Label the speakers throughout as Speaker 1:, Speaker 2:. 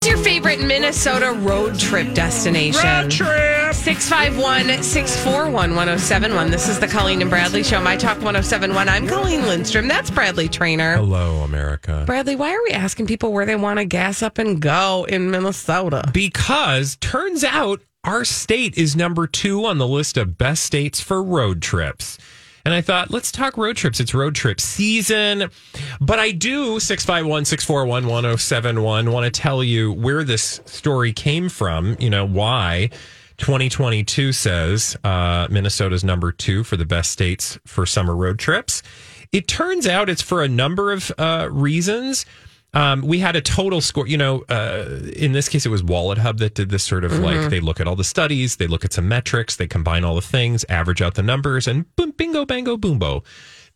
Speaker 1: What's your favorite Minnesota road trip destination?
Speaker 2: Road trip.
Speaker 1: 651 641 1071. This is the Colleen and Bradley Show, My Talk 1071. I'm Colleen Lindstrom. That's Bradley Trainer.
Speaker 2: Hello, America.
Speaker 1: Bradley, why are we asking people where they want to gas up and go in Minnesota?
Speaker 2: Because turns out our state is number two on the list of best states for road trips. And I thought, let's talk road trips. It's road trip season. But I do, 651 641 1071, want to tell you where this story came from, you know, why. 2022 says uh, Minnesota's number two for the best states for summer road trips. It turns out it's for a number of uh, reasons. Um, we had a total score, you know, uh, in this case, it was Wallet Hub that did this sort of like they look at all the studies, they look at some metrics, they combine all the things, average out the numbers, and boom, bingo, bango, boombo.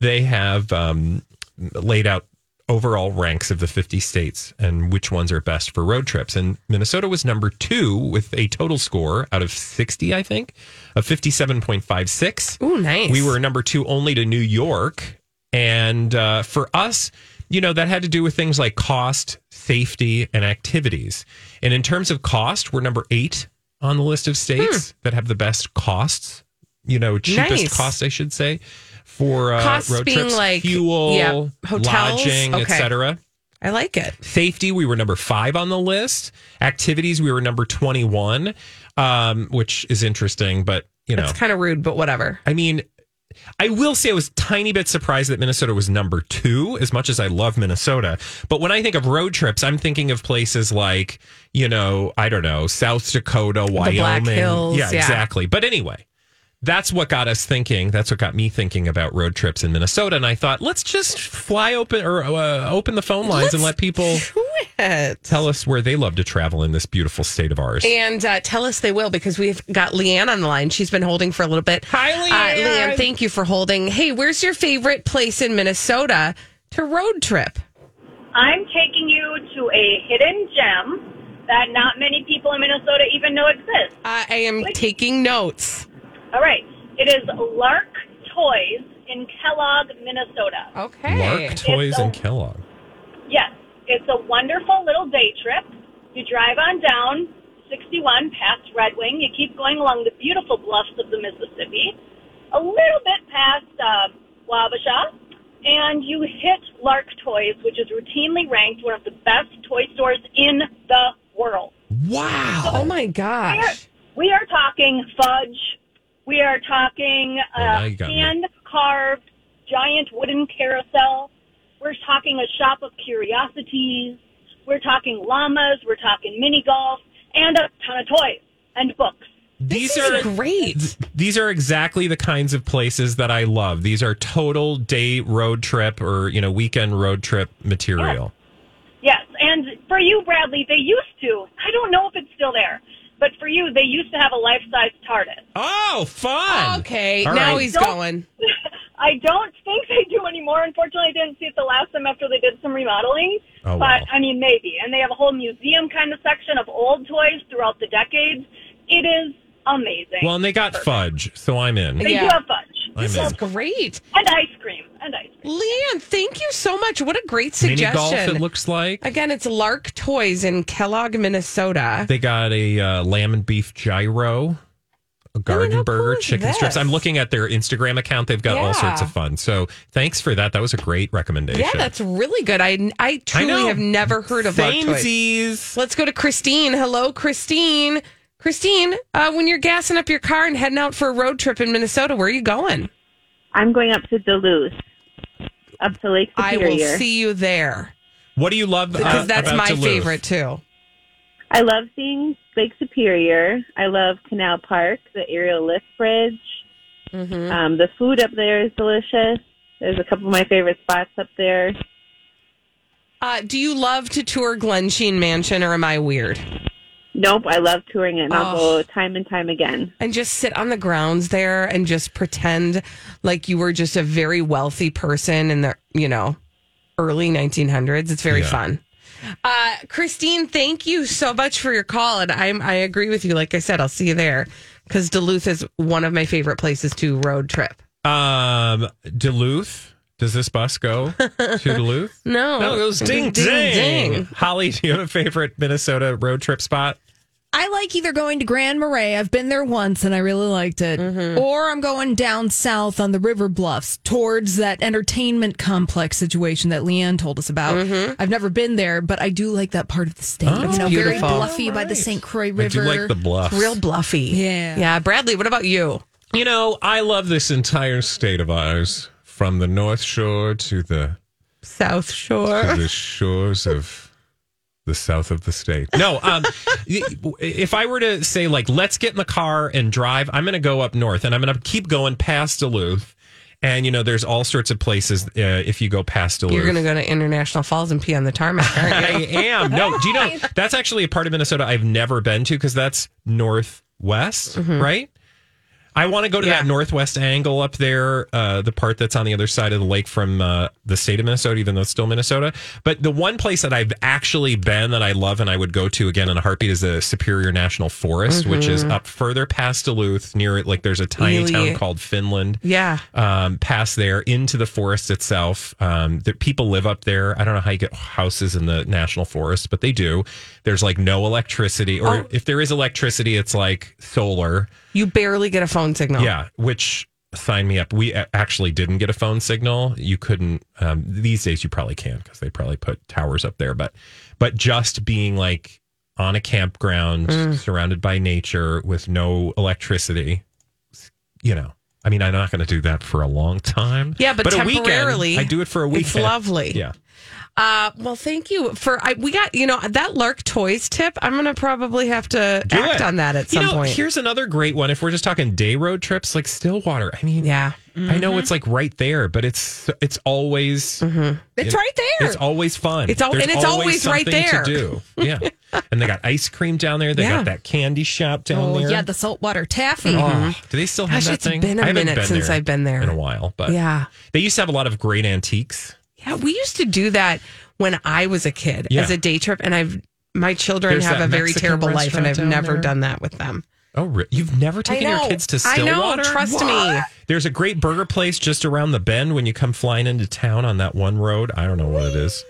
Speaker 2: They have um, laid out overall ranks of the 50 states and which ones are best for road trips. And Minnesota was number two with a total score out of 60, I think, of 57.56.
Speaker 1: Ooh, nice.
Speaker 2: We were number two only to New York. And uh, for us, you know, that had to do with things like cost, safety, and activities. And in terms of cost, we're number eight on the list of states that have the best costs, you know, cheapest
Speaker 1: Hmm. Nice.
Speaker 2: costs, I should say, for uh,
Speaker 1: Costs
Speaker 2: road
Speaker 1: being
Speaker 2: trips,
Speaker 1: like-
Speaker 2: fuel,
Speaker 1: yeah, hotels?
Speaker 2: lodging,
Speaker 1: Okay.
Speaker 2: et cetera.
Speaker 1: I like it.
Speaker 2: Safety, we were number five on the list. Activities, we were number 21, um, which is interesting, but, you know.
Speaker 1: It's kind of rude, but whatever.
Speaker 2: I mean, I will say I was a tiny bit surprised that Minnesota was number two, as much as I love Minnesota. But when I think of road trips, I'm thinking of places like, you know, I don't know, South Dakota, Wyoming.
Speaker 1: Black Hills, yeah.
Speaker 2: yeah, exactly. But anyway, that's what got us thinking. That's what got me thinking about road trips in Minnesota. And I thought, let's just fly open or uh, open the phone lines and let people
Speaker 1: Do it.
Speaker 2: tell us where they love to travel in this beautiful state of ours.
Speaker 1: And uh, tell us they will because we've got Leanne on the line. She's been holding for a little bit.
Speaker 2: Hi,
Speaker 1: Uh,
Speaker 2: Leanne.
Speaker 1: Leanne, thank you for holding. Hey, where's your favorite place in Minnesota to road trip?
Speaker 3: I'm taking you to a hidden gem that not many people in Minnesota even know exists.
Speaker 1: I I am taking notes.
Speaker 3: All right. It is Lark Toys in Kellogg, Minnesota.
Speaker 1: Oh. Okay.
Speaker 2: Mark Toys
Speaker 3: It's
Speaker 2: and
Speaker 3: a-
Speaker 2: Kellogg.
Speaker 3: Yes, it's a wonderful little day trip. You drive on down 61 past Red Wing. You keep going along the beautiful bluffs of the Mississippi, a little bit past uh, Wabasha, and you hit Lark Toys, which is routinely ranked one of the best toy stores in the world.
Speaker 2: Wow.
Speaker 1: Oh my gosh.
Speaker 3: We are talking fudge. We are talking
Speaker 2: now
Speaker 3: uh,
Speaker 2: you got me.
Speaker 3: hand carved giant wooden carousel. We're talking a shop of curiosities. We're talking llamas. We're talking mini golf and a ton of toys and books.
Speaker 2: These
Speaker 1: This
Speaker 2: are
Speaker 1: is great.
Speaker 2: these are exactly the kinds of places that I love. These are total day road trip or you know weekend road trip
Speaker 1: Oh.
Speaker 2: material.
Speaker 3: Yes, and for you, Bradley, they used to. I don't know if it's still there, but for you, they used to have a life size TARDIS.
Speaker 2: Oh, fun!
Speaker 1: Okay,
Speaker 2: All
Speaker 1: now
Speaker 2: right.
Speaker 1: he's
Speaker 3: Don't-
Speaker 1: going.
Speaker 3: I don't think they do anymore. Unfortunately, I didn't see it the last time after they did some remodeling.
Speaker 2: Oh, wow.
Speaker 3: but I mean, maybe. And they have a whole museum kind of section of old toys throughout the decades. It is amazing.
Speaker 2: Well, and they got fudge, so I'm in.
Speaker 3: they
Speaker 1: yeah.
Speaker 3: do have fudge
Speaker 2: I'm
Speaker 1: This is
Speaker 2: in.
Speaker 1: great.
Speaker 3: and ice cream and ice cream.
Speaker 1: Leanne, thank you so much. What a great
Speaker 2: Mini golf.
Speaker 1: suggestion.
Speaker 2: It looks like
Speaker 1: Again, it's Lark Toys in Kellogg, Minnesota.
Speaker 2: they got a uh, lamb and beef gyro. garden
Speaker 1: Oh, how
Speaker 2: burger
Speaker 1: cool is
Speaker 2: chicken strips.
Speaker 1: this?
Speaker 2: I'm looking at their Instagram account. They've got all sorts
Speaker 1: Yeah.
Speaker 2: of fun. So thanks for that. That was a great recommendation.
Speaker 1: Yeah, that's really good. I I truly
Speaker 2: know.
Speaker 1: have never heard of Lock Toys.
Speaker 2: Samesies.
Speaker 1: Let's go to Christine. Hello, Christine. Christine, uh, when you're gassing up your car and heading out for a road trip in Minnesota, where are you going?
Speaker 3: I'm going up to Duluth, up to Lake
Speaker 1: I will
Speaker 3: Superior.
Speaker 1: see you there
Speaker 2: What do you love?
Speaker 1: because
Speaker 2: uh,
Speaker 1: that's
Speaker 2: about
Speaker 1: my
Speaker 2: Duluth?
Speaker 1: favorite too.
Speaker 3: I love seeing Lake Superior. I love Canal Park, the aerial lift bridge.
Speaker 1: Mm-hmm.
Speaker 3: Um, the food up there is delicious. There's a couple of my favorite spots up there.
Speaker 1: Uh, do you love to tour Glen Sheen Mansion, or am I weird?
Speaker 3: Nope, I love touring it, and I'll
Speaker 1: Oh.
Speaker 3: go time and time again.
Speaker 1: And just sit on the grounds there and just pretend like you were just a very wealthy person in the you know early 1900s. It's very
Speaker 2: Yeah.
Speaker 1: fun. Uh, Christine, thank you so much for your call, and I'm I agree with you. Like I said, I'll see you there because Duluth is one of my favorite places to road trip.
Speaker 2: Um, Duluth. Does this bus go to Duluth?
Speaker 1: No,
Speaker 2: No, Oh, it goes ding ding, Holly, do you have a favorite Minnesota road trip spot?
Speaker 4: I like either going to Grand Marais. I've been there once and I really liked it.
Speaker 1: Mm-hmm.
Speaker 4: Or I'm going down south on the river bluffs towards that entertainment complex situation that Leanne told us about.
Speaker 1: Mm-hmm.
Speaker 4: I've never been there, but I do like that part of the state.
Speaker 2: Oh,
Speaker 4: you know, very
Speaker 1: beautiful.
Speaker 4: bluffy by the St. Croix River.
Speaker 2: I do like the bluffs.
Speaker 1: Real bluffy.
Speaker 4: Yeah.
Speaker 1: yeah. Bradley, what about you?
Speaker 2: You know, I love this entire state of ours, from the North Shore to the
Speaker 1: South Shore.
Speaker 2: to the shores of the south of the state. No, um, y- if I were to say like, let's get in the car and drive, I'm going to go up north, and I'm going to keep going past Duluth, and you know, there's all sorts of places uh, if you go past Duluth.
Speaker 1: You're going to go to International Falls and pee on the tarmac, aren't you?
Speaker 2: I am. No, do you know that's actually a part of Minnesota I've never been to because that's northwest, right? I want to go to
Speaker 1: Mm-hmm. Yeah.
Speaker 2: that northwest angle up there, uh, the part that's on the other side of the lake from uh, the state of Minnesota, even though it's still Minnesota. But the one place that I've actually been that I love and I would go to again in a heartbeat is the Superior National Forest, which is up further past Duluth, near it. Like there's a tiny
Speaker 1: Mm-hmm. Really?
Speaker 2: town called Finland
Speaker 1: yeah.
Speaker 2: um, past there into the forest itself. Um, the, people live up there. I don't know how you get houses in the national forest, but they do. There's like no electricity, or if there is electricity, it's like solar.
Speaker 1: You barely get a phone signal.
Speaker 2: Yeah, which sign me up. We a- actually didn't get a phone signal. You couldn't. Um, these days, you probably can because they probably put towers up there. But but just being like on a campground
Speaker 1: Mm.
Speaker 2: surrounded by nature with no electricity, you know. I mean, I'm not going to do that for a long time.
Speaker 1: Yeah, but
Speaker 2: a weekend,
Speaker 1: temporarily,
Speaker 2: I do it for a weekend.
Speaker 1: It's lovely.
Speaker 2: Yeah.
Speaker 1: Uh, well, thank you for I, we got you know that Lark Toys tip. I'm gonna probably have to
Speaker 2: Do
Speaker 1: act
Speaker 2: it.
Speaker 1: on that at
Speaker 2: You
Speaker 1: some
Speaker 2: know,
Speaker 1: point.
Speaker 2: Here's another great one. If we're just talking day road trips, like Stillwater. I mean,
Speaker 1: yeah, Mm-hmm.
Speaker 2: I know it's like right there, but it's it's always
Speaker 4: It's right there.
Speaker 2: It's always fun.
Speaker 1: It's al-
Speaker 2: There's
Speaker 1: and it's always right
Speaker 2: something
Speaker 1: there.
Speaker 2: To do. Yeah. and they got ice cream down there. They
Speaker 1: Yeah.
Speaker 2: got that candy shop down
Speaker 4: oh,
Speaker 2: there.
Speaker 4: yeah, the saltwater taffy.
Speaker 2: Oh, Do they still
Speaker 1: Mm-hmm.
Speaker 2: have
Speaker 1: Gosh,
Speaker 2: that
Speaker 1: it's
Speaker 2: thing?
Speaker 1: been a
Speaker 2: I haven't
Speaker 1: minute since I've been there.
Speaker 2: in a while, but
Speaker 1: yeah,
Speaker 2: they used to have a lot of great antiques.
Speaker 1: yeah. We used to do that when I was a kid
Speaker 2: Yeah.
Speaker 1: as a day trip, and I've my children
Speaker 2: There's
Speaker 1: have
Speaker 2: that
Speaker 1: a very
Speaker 2: Mexican
Speaker 1: terrible life, and
Speaker 2: restaurant
Speaker 1: I've
Speaker 2: down
Speaker 1: never
Speaker 2: there.
Speaker 1: done that with them.
Speaker 2: Oh, re- you've never taken your
Speaker 1: know.
Speaker 2: kids to
Speaker 1: I know.
Speaker 2: Stillwater?
Speaker 1: Trust me. What?
Speaker 2: There's a great burger place just around the bend when you come flying into town on that one road. I don't know what it is.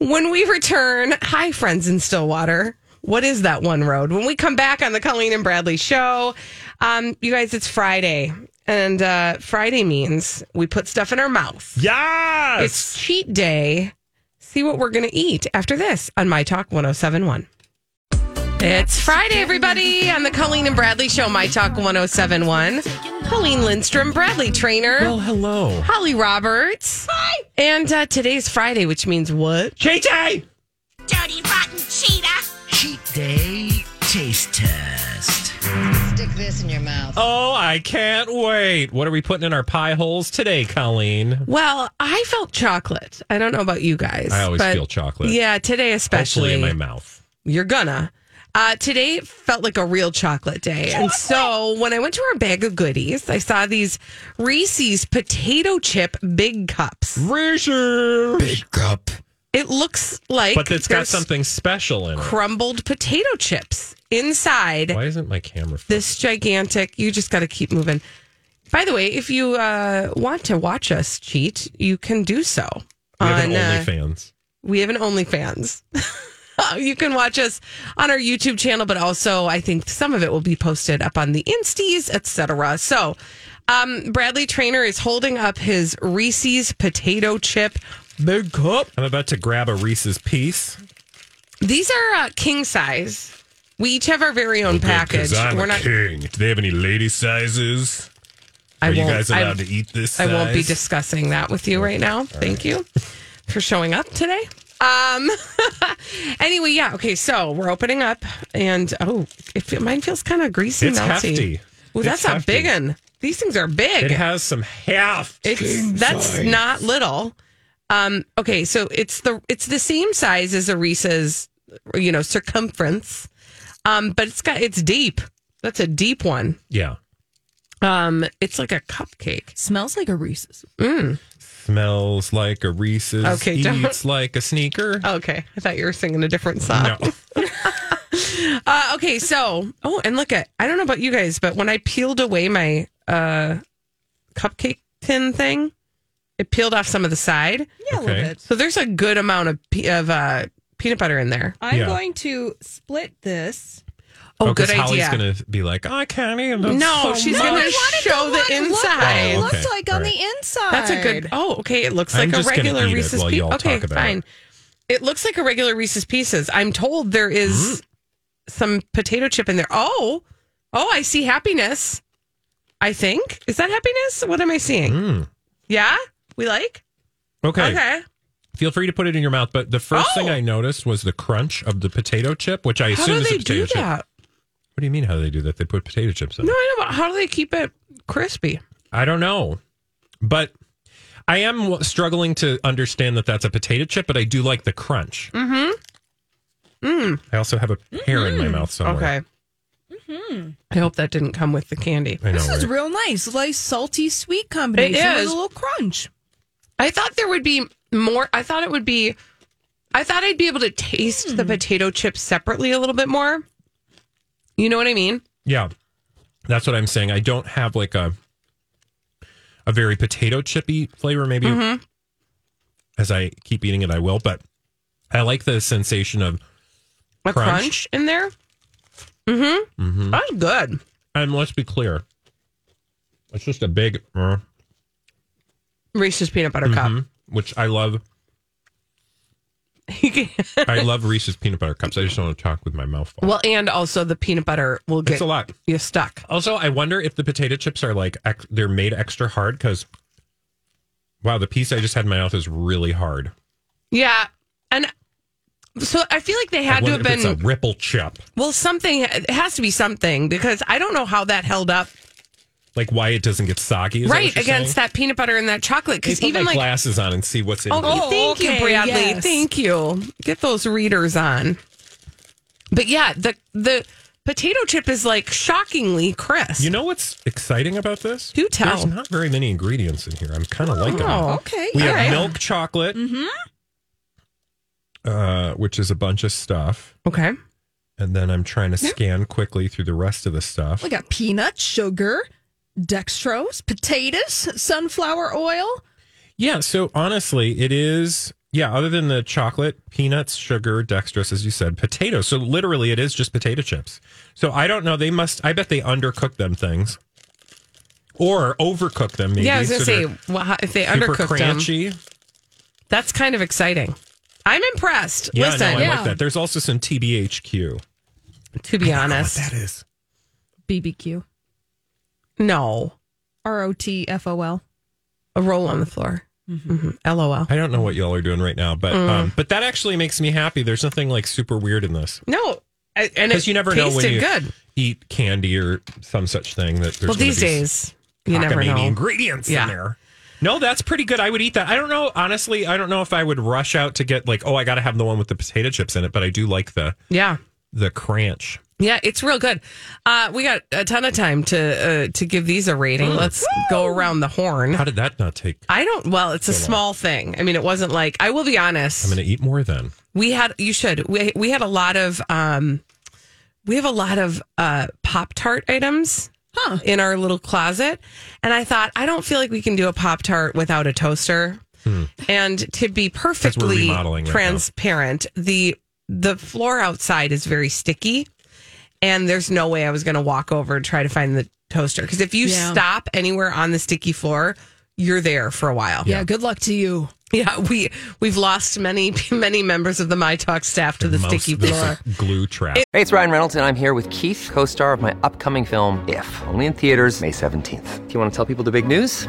Speaker 1: When we return, hi, friends in Stillwater. What is that one road? When we come back on the Colleen and Bradley show, um, you guys, it's Friday. And uh, Friday means we put stuff in our mouth.
Speaker 2: Yes.
Speaker 1: It's cheat day. See what we're going to eat after this on My Talk 1071. It's Friday, everybody, on the Colleen and Bradley show, My Talk 1071. Colleen Lindstrom, Bradley Trainer,
Speaker 2: well, hello.
Speaker 1: Holly Roberts. Hi. And uh, today's Friday, which means what?
Speaker 2: JJ.
Speaker 5: Dirty rotten cheetah.
Speaker 6: Cheat Day Taste Test.
Speaker 7: Stick this in your mouth.
Speaker 2: Oh, I can't wait. What are we putting in our pie holes today, Colleen?
Speaker 1: Well, I felt chocolate. I don't know about you guys.
Speaker 2: I always
Speaker 1: but-
Speaker 2: feel chocolate.
Speaker 1: Yeah, today
Speaker 2: Especially
Speaker 1: especially.
Speaker 2: in my mouth.
Speaker 1: You're gonna. Uh, today felt like a real chocolate day. And so when I went to our bag of goodies, I saw these Reese's potato chip big cups.
Speaker 6: Big cup.
Speaker 1: It looks like
Speaker 2: But it's got
Speaker 1: there's
Speaker 2: something special in it.
Speaker 1: crumbled potato chips inside
Speaker 2: Why isn't my camera?
Speaker 1: this gigantic. You just got to keep moving. By the way, if you uh, want to watch us cheat, you can do so.
Speaker 2: we have an
Speaker 1: on, uh,
Speaker 2: OnlyFans.
Speaker 1: we have an OnlyFans. you can watch us on our YouTube channel, but also I think some of it will be posted up on the Insties, etc. So, um, Bradley Trainer is holding up his Reese's potato chip big cup.
Speaker 2: I'm about to grab a Reese's piece.
Speaker 1: These are uh, king size. We each have our very own package. We're not.
Speaker 2: king. Do they have any lady sizes?
Speaker 1: I
Speaker 2: Are you
Speaker 1: won't-
Speaker 2: guys
Speaker 1: I-
Speaker 2: allowed to eat this?
Speaker 1: I won't be
Speaker 2: size?
Speaker 1: discussing that with you right now. Thank you for showing up today. Um. anyway, yeah. Okay, so we're opening up, and oh, it feel, mine feels kind of greasy,
Speaker 2: It's
Speaker 1: melty.
Speaker 2: hefty.
Speaker 1: Well, that's
Speaker 2: It's
Speaker 1: a big
Speaker 2: hefty.
Speaker 1: one. These things are
Speaker 2: It
Speaker 1: big.
Speaker 2: has some half.
Speaker 1: it's that's not little. Um. Okay, so it's the it's the same size as a Reese's, you know, circumference. Um, but it's got it's deep. That's a deep one.
Speaker 2: Yeah.
Speaker 1: Um, it's like a cupcake.
Speaker 4: Smells like a Reese's.
Speaker 2: Smells like a Reese's.
Speaker 1: Okay,
Speaker 2: Eats
Speaker 1: don't- Uh,
Speaker 2: like a sneaker.
Speaker 1: Oh, Okay, I thought you were singing a different song.
Speaker 2: No.
Speaker 1: Uh, okay, so oh, and look at I don't know about you guys, but when I peeled away my uh, cupcake tin thing, it peeled off some of the side.
Speaker 4: Yeah, a little
Speaker 2: Okay.
Speaker 4: bit.
Speaker 1: So there's a good amount of pe- of uh, peanut butter in there.
Speaker 4: I'm
Speaker 2: Yeah.
Speaker 4: going to split this.
Speaker 1: Oh,
Speaker 2: because
Speaker 1: good
Speaker 2: Holly's
Speaker 1: idea.
Speaker 2: going to be like, I can't eat it.
Speaker 1: no,
Speaker 2: so
Speaker 1: she's
Speaker 4: Oh,
Speaker 2: much."
Speaker 1: gonna show the
Speaker 4: It
Speaker 1: inside.
Speaker 2: Oh,
Speaker 4: looks
Speaker 2: okay,
Speaker 4: like on
Speaker 2: all right.
Speaker 4: the inside.
Speaker 1: That's a good. Oh, okay. It looks
Speaker 2: I'm
Speaker 1: like a
Speaker 2: just gonna
Speaker 1: regular
Speaker 2: eat it
Speaker 1: Reese's
Speaker 2: while
Speaker 1: piece.
Speaker 2: y'all
Speaker 1: Okay,
Speaker 2: talk about
Speaker 1: fine.
Speaker 2: it.
Speaker 1: It looks like a regular Reese's pieces. I'm told there
Speaker 2: Mm.
Speaker 1: is some potato chip in there. Oh, oh, I see happiness. I think is that happiness? What am I seeing? Yeah, we like.
Speaker 2: Mm. Okay.
Speaker 1: Okay.
Speaker 2: Feel free to put it in your mouth. But the first
Speaker 1: Oh.
Speaker 2: thing I noticed was the crunch of the potato chip, which I
Speaker 1: How
Speaker 2: assume
Speaker 1: do
Speaker 2: is
Speaker 1: they
Speaker 2: a potato
Speaker 1: do
Speaker 2: chip.
Speaker 1: that?
Speaker 2: What do you mean how do they do that? They put potato chips in
Speaker 1: No,
Speaker 2: it.
Speaker 1: I know. But how do they keep it crispy?
Speaker 2: I don't know. But I am w- struggling to understand that that's a potato chip, but I do like the crunch. Mm-hmm. Mm. I also have a pear in my mouth somewhere.
Speaker 1: Mm. Okay. I hope that didn't come with the candy.
Speaker 2: I know,
Speaker 4: This is
Speaker 2: right?
Speaker 4: real nice, like salty sweet combination
Speaker 1: is.
Speaker 4: with a little crunch.
Speaker 1: I thought there would be more. I thought it would be. I thought I'd be able to taste the potato chips separately a little bit more. You know what I mean?
Speaker 2: Yeah. That's what I'm saying. I don't have like a a very potato chippy flavor maybe.
Speaker 1: Mm-hmm.
Speaker 2: As I keep eating it I will, but I like the sensation of
Speaker 1: A crunch,
Speaker 2: Crunch.
Speaker 1: in there. Mm-hmm. That's good.
Speaker 2: and let's be clear. It's just a big uh,
Speaker 1: Reese's peanut butter cup.
Speaker 2: which I love.
Speaker 1: You can-
Speaker 2: I love Reese's peanut butter cups. I just don't want to talk with my mouth full.
Speaker 1: well, and also the peanut butter will
Speaker 2: it's
Speaker 1: get
Speaker 2: a lot.
Speaker 1: you stuck.
Speaker 2: Also, I wonder if the potato chips are like ex- they're made extra hard because wow, the piece I just had in my mouth is really hard.
Speaker 1: Yeah, and so I feel like they had
Speaker 2: I
Speaker 1: to
Speaker 2: wonder
Speaker 1: have
Speaker 2: if
Speaker 1: been
Speaker 2: it's a ripple chip.
Speaker 1: well something. It has to be something because I don't know how that held up
Speaker 2: Like why it doesn't get soggy, is
Speaker 1: right against that peanut butter and that chocolate. Because even like
Speaker 2: glasses on and see what's in.
Speaker 1: Oh,
Speaker 2: it.
Speaker 4: Oh,
Speaker 1: thank you,
Speaker 4: okay,
Speaker 1: Bradley.
Speaker 4: yes.
Speaker 1: Thank you. Get those readers on. But yeah, the the potato chip is like shockingly crisp.
Speaker 2: You know what's exciting about this?
Speaker 1: Do tell. Oh,
Speaker 2: There's not very many ingredients in here. I'm kind of liking it.
Speaker 4: Okay.
Speaker 2: We
Speaker 1: all
Speaker 2: have
Speaker 1: right.
Speaker 2: milk chocolate,
Speaker 1: Mm-hmm.
Speaker 2: uh, which is a bunch of stuff.
Speaker 1: okay.
Speaker 2: And then I'm trying to scan quickly through the rest of the stuff.
Speaker 4: We got peanuts, sugar, dextrose, potatoes, sunflower oil.
Speaker 2: Yeah. So honestly, it is. Yeah. Other than the chocolate, peanuts, sugar, dextrose, as you said, potatoes. So literally, it is just potato chips. So I don't know. They must. I bet they undercook them things, or overcook them. Maybe.
Speaker 1: Yeah, I was gonna
Speaker 2: so
Speaker 1: say
Speaker 2: they're
Speaker 1: well, how- if they
Speaker 2: super
Speaker 1: undercooked them,
Speaker 2: crunchy.
Speaker 1: that's kind of exciting. I'm impressed.
Speaker 2: Yeah,
Speaker 1: Listen,
Speaker 2: no, I
Speaker 4: yeah.
Speaker 2: like that. There's also some TBHQ.
Speaker 1: to be honest,
Speaker 2: That is.
Speaker 4: BBQ.
Speaker 1: no.
Speaker 4: R O T F O L. Mm-hmm.
Speaker 1: A roll on the floor. Mhm. LOL.
Speaker 2: I don't know what y'all are doing right now, but
Speaker 1: Mm.
Speaker 2: um, but that actually makes me happy. There's nothing like super weird in this
Speaker 1: No, I- and it
Speaker 2: because you never know when
Speaker 1: tasted
Speaker 2: you
Speaker 1: good.
Speaker 2: eat candy or some such thing that. There's
Speaker 1: Well,
Speaker 2: gonna
Speaker 1: these
Speaker 2: be
Speaker 1: days you never
Speaker 2: cockamamie
Speaker 1: know.
Speaker 2: ingredients
Speaker 1: Yeah.
Speaker 2: in there. No, that's pretty good. I would eat that. I don't know, honestly. I don't know if I would rush out to get like, oh, I got to have the one with the potato chips in it, but I do like the
Speaker 1: Yeah.
Speaker 2: the crunch.
Speaker 1: Yeah, it's real good. Uh, we got a ton of time to uh, to give these a rating. Let's go around the horn.
Speaker 2: Mm. How did that not take?
Speaker 1: I don't. Well, it's a small thing. I mean, it wasn't like I will be honest.
Speaker 2: I'm going to eat more then.
Speaker 1: we had you should we we had a lot of um, we have a lot of uh pop tart items. Huh. In our little closet. And I thought, I don't feel like we can do a Pop Tart without a toaster. And to be
Speaker 2: Hmm. we're
Speaker 1: perfectly
Speaker 2: remodeling right now.
Speaker 1: transparent, the the floor outside is very sticky, and there's no way I was going to walk over and try to find the toaster because if you
Speaker 4: Yeah.
Speaker 1: stop anywhere on the sticky floor, you're there for a while.
Speaker 4: Yeah, good luck to you.
Speaker 1: Yeah, we we've lost many many members of the My Talk staff to the
Speaker 2: Mouse-
Speaker 1: sticky
Speaker 2: there's
Speaker 1: floor.
Speaker 2: a glue trap.
Speaker 8: Hey, it's Ryan Reynolds, and I'm here with Keith, co star of my upcoming film, If, only in theaters, May 17th. Do you want to tell people the big news?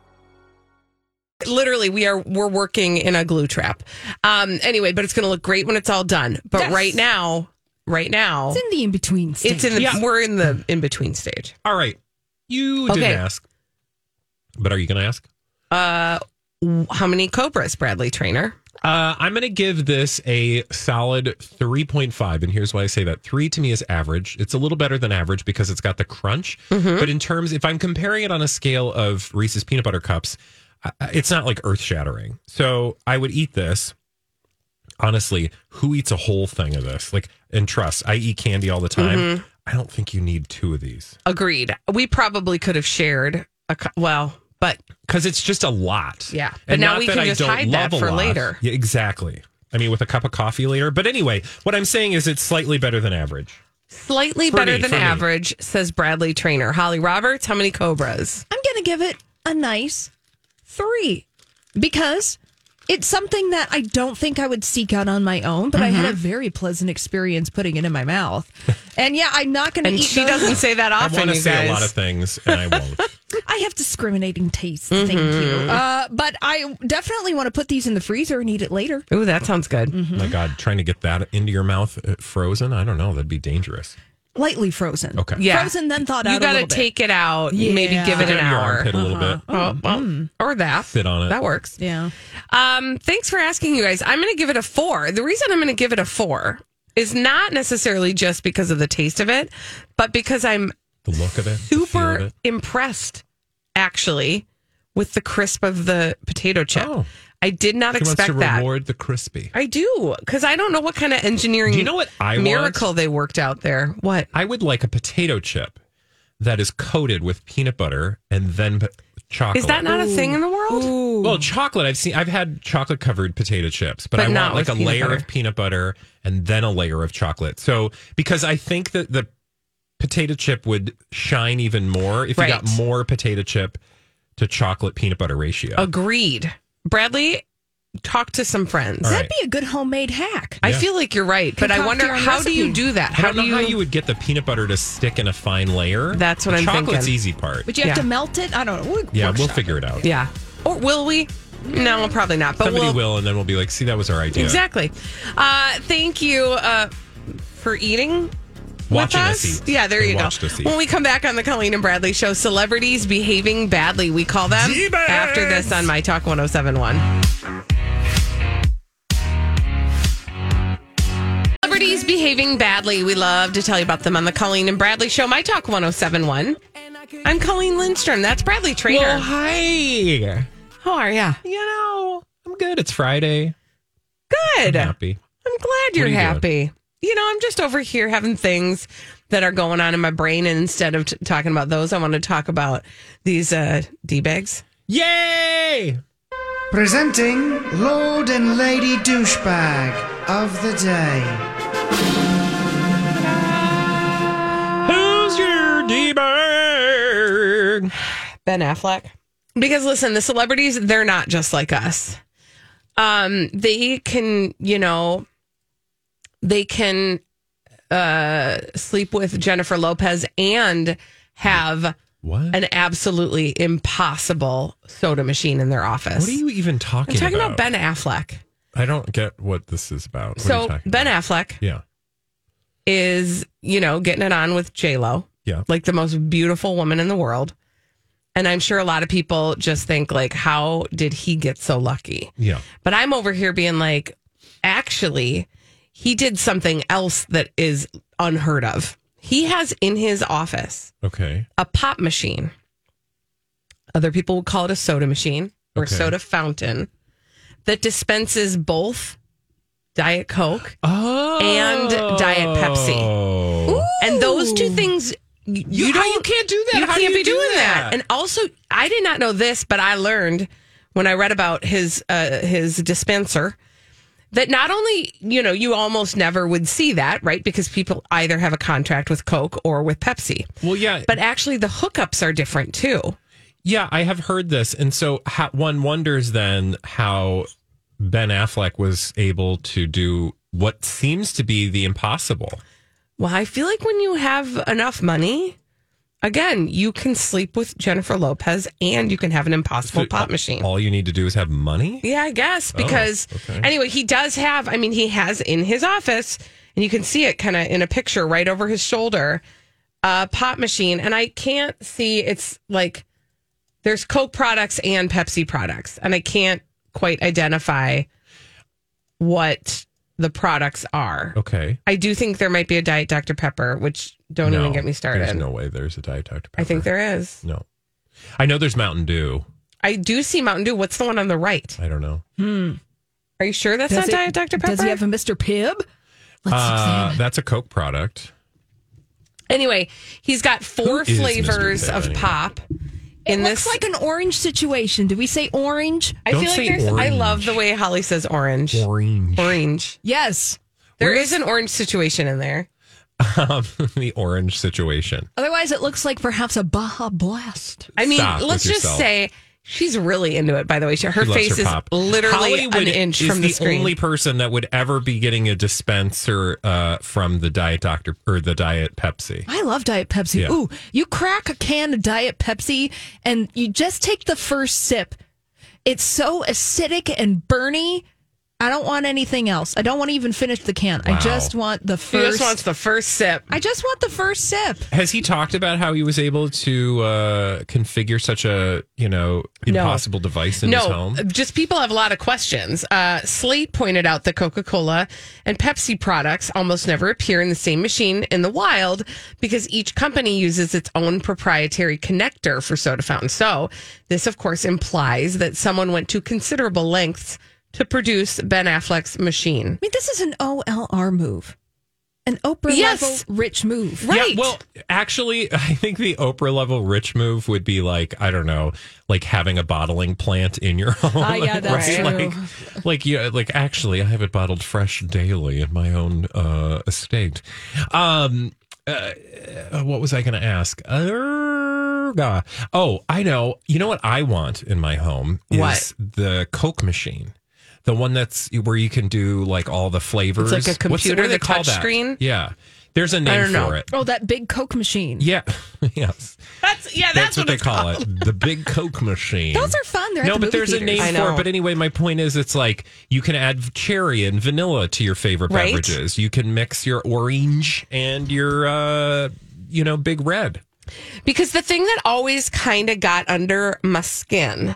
Speaker 1: Literally, we are we're working in a glue trap. Um, anyway, but it's going to look great when it's all done. But
Speaker 4: Yes.
Speaker 1: right now, right now,
Speaker 4: It's in the in between stage.
Speaker 1: It's in the
Speaker 2: Yeah.
Speaker 1: we're in the in between stage.
Speaker 2: All right. You didn't
Speaker 1: Okay.
Speaker 2: ask. But are you going to ask?
Speaker 1: Uh, w- how many cobras, Bradley Trainer?
Speaker 2: Uh, I'm going to give this a solid 3.5. And here's why I say that. Three to me is average. It's a little better than average because it's got the crunch. But in terms, if I'm comparing it on a scale of Reese's peanut butter cups, I- I- it's not like earth shattering. So I would eat this. Honestly, who eats a whole thing of this? Like, and trust, I eat candy all the time. I don't think you need two of these
Speaker 1: Agreed. We probably could have shared a co- well, but
Speaker 2: because it's just a lot.
Speaker 1: Yeah. But now
Speaker 2: not
Speaker 1: we
Speaker 2: that
Speaker 1: can
Speaker 2: I
Speaker 1: just
Speaker 2: don't
Speaker 1: hide that
Speaker 2: love a
Speaker 1: for
Speaker 2: lot.
Speaker 1: later.
Speaker 2: Yeah, exactly. I mean, with a cup of coffee later. But anyway, what I'm saying is it's slightly better than average.
Speaker 1: slightly
Speaker 2: For
Speaker 1: better
Speaker 2: me,
Speaker 1: than
Speaker 2: for me.
Speaker 1: average, says Bradley Trainer. Holly Roberts, how many cobras?
Speaker 4: I'm going to give it a nice three because it's something that I don't think I would seek out on my own, but I had a very pleasant experience putting it in my mouth. And yeah, I'm not going to
Speaker 1: And
Speaker 4: eat
Speaker 1: she
Speaker 4: those.
Speaker 1: doesn't say that
Speaker 2: I
Speaker 1: often.
Speaker 2: want to
Speaker 1: you
Speaker 2: say
Speaker 1: guys.
Speaker 2: a lot of things, and I won't.
Speaker 4: I have discriminating taste. Thank you. Uh, but I definitely want to put these in the freezer and eat it later.
Speaker 1: Ooh, that sounds good.
Speaker 2: My God, trying to get that into your mouth uh, frozen? I don't know. That'd be dangerous.
Speaker 4: Lightly frozen.
Speaker 2: Okay.
Speaker 1: Yeah.
Speaker 4: Frozen, then thawed out.
Speaker 1: You
Speaker 4: a
Speaker 1: got to
Speaker 4: little bit.
Speaker 1: take it out, maybe
Speaker 4: Yeah. Mm.
Speaker 1: give it
Speaker 2: Put
Speaker 1: an
Speaker 2: it in your
Speaker 1: hour.
Speaker 2: armpit a little bit.
Speaker 1: Oh, well, or that.
Speaker 2: Sit on it.
Speaker 1: That works.
Speaker 4: Yeah.
Speaker 1: Um, thanks for asking, you guys. I'm going to give it a four. The reason I'm going to give it a four is not necessarily just because of the taste of it, but because I'm
Speaker 2: The look of it. the feel
Speaker 1: super
Speaker 2: of it.
Speaker 1: impressed, actually, with the crisp of the potato chip.
Speaker 2: Oh.
Speaker 1: I did not
Speaker 2: She wants
Speaker 1: expect
Speaker 2: to
Speaker 1: that.
Speaker 2: reward the crispy.
Speaker 1: I do because I don't know what kind of engineering.
Speaker 2: Do you know what I want?
Speaker 1: miracle they worked out there? What?
Speaker 2: I would like a potato chip that is coated with peanut butter and then p- chocolate.
Speaker 1: Is that not a thing in the world?
Speaker 2: Well, chocolate. I've seen. I've had chocolate covered potato chips, but,
Speaker 1: But
Speaker 2: I
Speaker 1: not
Speaker 2: want like
Speaker 1: with
Speaker 2: a
Speaker 1: peanut
Speaker 2: layer
Speaker 1: butter.
Speaker 2: of peanut butter and then a layer of chocolate. So because I think that the potato chip would shine even more if
Speaker 1: Right.
Speaker 2: you got more potato chip to chocolate peanut butter ratio.
Speaker 1: Oh, Agreed. Bradley, talk to some friends.
Speaker 2: All right.
Speaker 4: That'd be a good homemade hack.
Speaker 1: I
Speaker 2: Yeah.
Speaker 1: feel like you're right, but I
Speaker 4: Concoct
Speaker 1: wonder
Speaker 4: your own
Speaker 1: how
Speaker 4: recipe.
Speaker 1: do you do that?
Speaker 2: I
Speaker 1: How
Speaker 2: don't know
Speaker 1: do you?
Speaker 2: how you would get the peanut butter to stick in a fine layer.
Speaker 1: That's what I'm
Speaker 2: Chocolate's
Speaker 1: thinking.
Speaker 2: easy part.
Speaker 4: But you have
Speaker 1: Yeah.
Speaker 4: to melt it. I don't know. We'll
Speaker 2: yeah, we'll
Speaker 4: workshop
Speaker 2: figure it out.
Speaker 1: yeah. Or will we? No, probably not. But
Speaker 2: Somebody
Speaker 1: we'll,
Speaker 2: will, and then we'll be like, "See, that was our idea."
Speaker 1: Exactly. Uh, thank you uh, for eating.
Speaker 2: Watching
Speaker 1: with
Speaker 2: us
Speaker 1: us.
Speaker 2: eat.
Speaker 1: Yeah, there
Speaker 2: They
Speaker 1: you go.
Speaker 2: watched us eat.
Speaker 1: When we come back on the Colleen and Bradley show, celebrities behaving badly. We call them
Speaker 2: D-bags.
Speaker 1: after this on My Talk 1071. Celebrities behaving badly. We love to tell you about them on the Colleen and Bradley show, My Talk 1071. I'm Colleen Lindstrom. That's Bradley Trainer.
Speaker 2: Well, hi.
Speaker 1: How are ya?
Speaker 2: You know, I'm good. It's Friday.
Speaker 1: Good.
Speaker 2: Happy.
Speaker 1: I'm glad you're
Speaker 2: are you doing?
Speaker 1: happy. You know, I'm just over here having things that are going on in my brain, and instead of t- talking about those, I want to talk about these uh, d bags.
Speaker 2: Yay!
Speaker 6: Presenting Lord and Lady Douchebag of the Day.
Speaker 2: Who's your d bird?
Speaker 1: Ben Affleck. Because listen, the celebrities, they're not just like us. Um, they can, you know, they can uh sleep with Jennifer Lopez and have
Speaker 2: What?
Speaker 1: an absolutely impossible soda machine in their office.
Speaker 2: What are you even talking,
Speaker 1: I'm talking about?
Speaker 2: about?
Speaker 1: Ben Affleck.
Speaker 2: I don't get what this is about. What are you
Speaker 1: so
Speaker 2: talking
Speaker 1: Ben
Speaker 2: about?
Speaker 1: Affleck
Speaker 2: Yeah.
Speaker 1: is, you know, getting it on with J Lo.
Speaker 2: Yeah.
Speaker 1: Like the most beautiful woman in the world. And I'm sure a lot of people just think like, how did he get so lucky?
Speaker 2: Yeah.
Speaker 1: But I'm over here being like, actually, he did something else that is unheard of. He has in his office
Speaker 2: Okay.
Speaker 1: a pop machine. Other people would call it a soda machine or
Speaker 2: Okay.
Speaker 1: soda fountain that dispenses both Diet Coke
Speaker 2: Oh.
Speaker 1: and Diet Pepsi. And those two things you,
Speaker 2: You,
Speaker 1: you
Speaker 2: how-
Speaker 1: don't
Speaker 2: you can't do that.
Speaker 1: you
Speaker 2: How do
Speaker 1: can't
Speaker 2: you
Speaker 1: be
Speaker 2: do
Speaker 1: doing that?
Speaker 2: that?
Speaker 1: And also, I did not know this, but I learned when I read about his uh, his dispenser that not only you know you almost never would see that, right? Because people either have a contract with Coke or with Pepsi,
Speaker 2: Well, yeah.
Speaker 1: but actually the hookups are different too.
Speaker 2: Yeah, I have heard this, and so ha- one wonders then how Ben Affleck was able to do what seems to be the impossible.
Speaker 1: Well, I feel like when you have enough money. Again, you can sleep with Jennifer Lopez and you can have an impossible
Speaker 2: So,
Speaker 1: pop machine.
Speaker 2: All you need to do is have money.
Speaker 1: Yeah, I guess because
Speaker 2: Oh, okay.
Speaker 1: anyway, he does have. I mean, he has in his office, and you can see it kind of in a picture right over his shoulder, a pop machine, and I can't see. It's like there's Coke products and Pepsi products, and I can't quite identify what the products are.
Speaker 2: Okay.
Speaker 1: I do think there might be a Diet Dr Pepper, which don't
Speaker 2: No,
Speaker 1: even get me started.
Speaker 2: There's no way. There's a Diet Dr Pepper.
Speaker 1: I think there is.
Speaker 2: No. I know there's Mountain Dew.
Speaker 1: I do see Mountain Dew. What's the one on the right?
Speaker 2: I don't know.
Speaker 4: Hmm.
Speaker 1: Are you sure that's
Speaker 4: Does
Speaker 1: not
Speaker 4: it-
Speaker 1: Diet Dr Pepper?
Speaker 4: Does he have a Mr. Pibb? Let's
Speaker 2: Uh,
Speaker 4: examine.
Speaker 2: that's a Coke product.
Speaker 1: Anyway, he's got four
Speaker 2: Who is Mr.
Speaker 1: flavors
Speaker 2: Pibb
Speaker 1: of
Speaker 2: anyway?
Speaker 1: pop
Speaker 4: It
Speaker 1: in
Speaker 4: looks
Speaker 1: this.
Speaker 4: like an orange situation. Did we say orange?
Speaker 1: I
Speaker 2: Don't
Speaker 1: feel
Speaker 2: say
Speaker 1: like there's. I love
Speaker 2: orange.
Speaker 1: the way Holly says orange.
Speaker 2: Orange.
Speaker 1: Orange.
Speaker 4: Yes.
Speaker 1: There is an orange situation in there.
Speaker 2: Um, the orange situation.
Speaker 4: Otherwise, it looks like perhaps a Baja Blast.
Speaker 1: I mean,
Speaker 2: Stop with
Speaker 1: let's just
Speaker 2: yourself.
Speaker 1: say she's really into it. By the way, she, her
Speaker 2: She loves
Speaker 1: face is
Speaker 2: pop.
Speaker 1: literally
Speaker 2: Hollywood
Speaker 1: an inch
Speaker 2: is
Speaker 1: from the, screen.
Speaker 2: only person that would ever be getting a dispenser uh, from the Diet Doctor or the Diet Pepsi.
Speaker 4: I love Diet Pepsi.
Speaker 2: Yeah.
Speaker 4: Ooh, you crack a can of Diet Pepsi and you just take the first sip. It's so acidic and burny. I don't want anything else. I don't want to even finish the can.
Speaker 2: Wow.
Speaker 4: I just want the
Speaker 1: she
Speaker 4: first.
Speaker 1: just wants the first sip.
Speaker 4: I just want the first sip.
Speaker 2: Has he talked about how he was able to uh, configure such a you know impossible device in his
Speaker 1: No,
Speaker 2: home?
Speaker 1: just people have a lot of questions. Uh, Slate pointed out that Coca Cola and Pepsi products almost never appear in the same machine in the wild because each company uses its own proprietary connector for soda fountain. So, this, of course, implies that someone went to considerable lengths to produce Ben Affleck's machine.
Speaker 4: I mean, this is an OLR move, an Oprah
Speaker 1: Yes.
Speaker 4: level rich move.
Speaker 1: Right.
Speaker 2: Yeah, well, actually, I think the Oprah level rich move would be like I don't know, like having a bottling plant in your home.
Speaker 4: Ah, yeah, that's
Speaker 2: right?
Speaker 4: true.
Speaker 2: Like, like yeah, like actually, I have it bottled fresh daily in my own uh, estate. Um, uh, what was I going to ask? Uh, ah. oh, I know. You know what I want in my home is
Speaker 1: What?
Speaker 2: the Coke machine. The one that's where you can do like all the flavors.
Speaker 1: It's like a
Speaker 2: What's- what
Speaker 1: computer,
Speaker 2: do they
Speaker 1: the
Speaker 2: call
Speaker 1: touch
Speaker 2: that?
Speaker 1: screen?
Speaker 2: Yeah. There's a name
Speaker 1: don't know.
Speaker 2: for it.
Speaker 4: Oh, that big Coke machine.
Speaker 2: Yeah. yes.
Speaker 1: That's yeah,
Speaker 2: That's, what, they call it. The big Coke machine.
Speaker 4: Those are fun. They're at
Speaker 2: no,
Speaker 4: the
Speaker 2: but
Speaker 4: movie
Speaker 2: there's
Speaker 4: theaters.
Speaker 2: a
Speaker 1: I
Speaker 2: name for
Speaker 1: know.
Speaker 2: it. But anyway, my point is, it's like you can add cherry and vanilla to your favorite
Speaker 1: Right?
Speaker 2: beverages. You can mix your orange and your, uh, you know, big red.
Speaker 1: Because the thing that always kind of got under my skin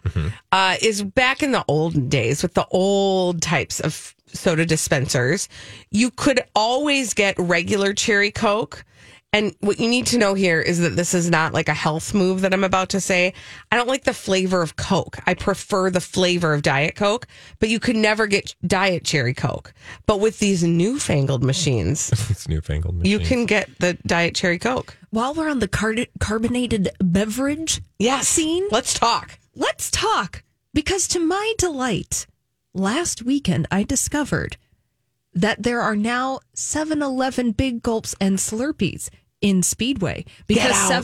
Speaker 1: uh, is back in the olden days with the old types of soda dispensers, you could always get regular cherry Coke. And what you need to know here is that this is not like a health move that I'm about to say. I don't like the flavor of Coke. I prefer the flavor of Diet Coke, but you could never get Diet Cherry Coke. But with these newfangled machines,
Speaker 2: It's newfangled.
Speaker 1: you
Speaker 2: Machine.
Speaker 1: can get the Diet Cherry Coke.
Speaker 4: While we're on the car- carbonated beverage
Speaker 1: Yes.
Speaker 4: scene,
Speaker 1: Let's talk.
Speaker 4: let's talk because to my delight last weekend i discovered that there are now 7-eleven big gulps and slurpees in speedway because
Speaker 1: out.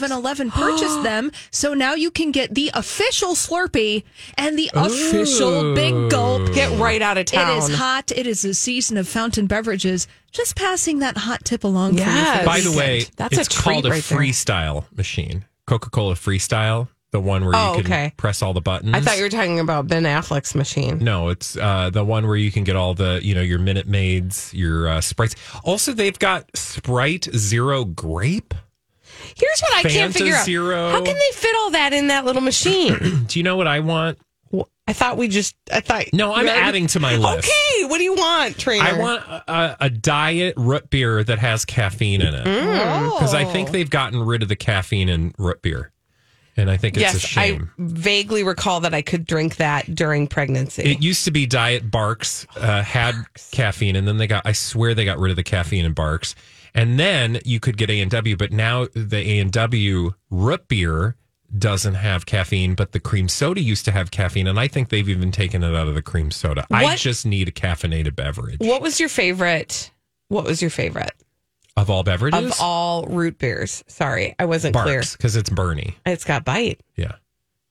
Speaker 4: 7-eleven purchased them so now you can get the official slurpee and the official big gulp
Speaker 1: Get right out of town.
Speaker 4: it is hot it is a season of fountain beverages just passing that hot tip along for you for
Speaker 1: Yes.
Speaker 4: the
Speaker 2: By the
Speaker 4: weekend.
Speaker 2: way,
Speaker 1: That's a
Speaker 2: it's called
Speaker 1: treat
Speaker 2: a
Speaker 1: right there.
Speaker 2: freestyle machine. Coca Cola Freestyle, the one where
Speaker 1: Oh,
Speaker 2: you can
Speaker 1: okay.
Speaker 2: press all the buttons.
Speaker 1: I thought you were talking about Ben Affleck's machine.
Speaker 2: No, it's uh, the one where you can get all the, you know, your Minute Maids, your uh, Sprites. Also, they've got Sprite Zero Grape.
Speaker 1: Here's what I can't
Speaker 2: Fanta
Speaker 1: figure out.
Speaker 2: Zero.
Speaker 1: How can they fit all that in that little machine?
Speaker 2: Do you know what I want?
Speaker 1: I thought we just. I thought.
Speaker 2: No, I'm
Speaker 1: You're-
Speaker 2: adding to my list.
Speaker 1: Okay, what do you want, trainer?
Speaker 2: I want a, a- a diet root beer that has caffeine in it. Because I think they've gotten rid of the caffeine in root beer. And I think it's a
Speaker 1: yes, I
Speaker 2: shame.
Speaker 1: vaguely recall that I could drink that during pregnancy.
Speaker 2: It used to be Diet Barks uh, had caffeine, and then they got—I swear they got rid of the caffeine in Barks. And then you could get A and W, but now the A and W root beer doesn't have caffeine, but the cream soda used to have caffeine, and I think they've even taken it out of the cream soda. I
Speaker 1: What-
Speaker 2: just need a caffeinated beverage
Speaker 1: what was your favorite? What was your favorite
Speaker 2: of all beverages
Speaker 1: of all root beers? Sorry, I wasn't clear.
Speaker 2: Barks because it's Bernie.
Speaker 1: It's got bite.
Speaker 2: Yeah.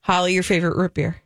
Speaker 1: Holly, your favorite root beer?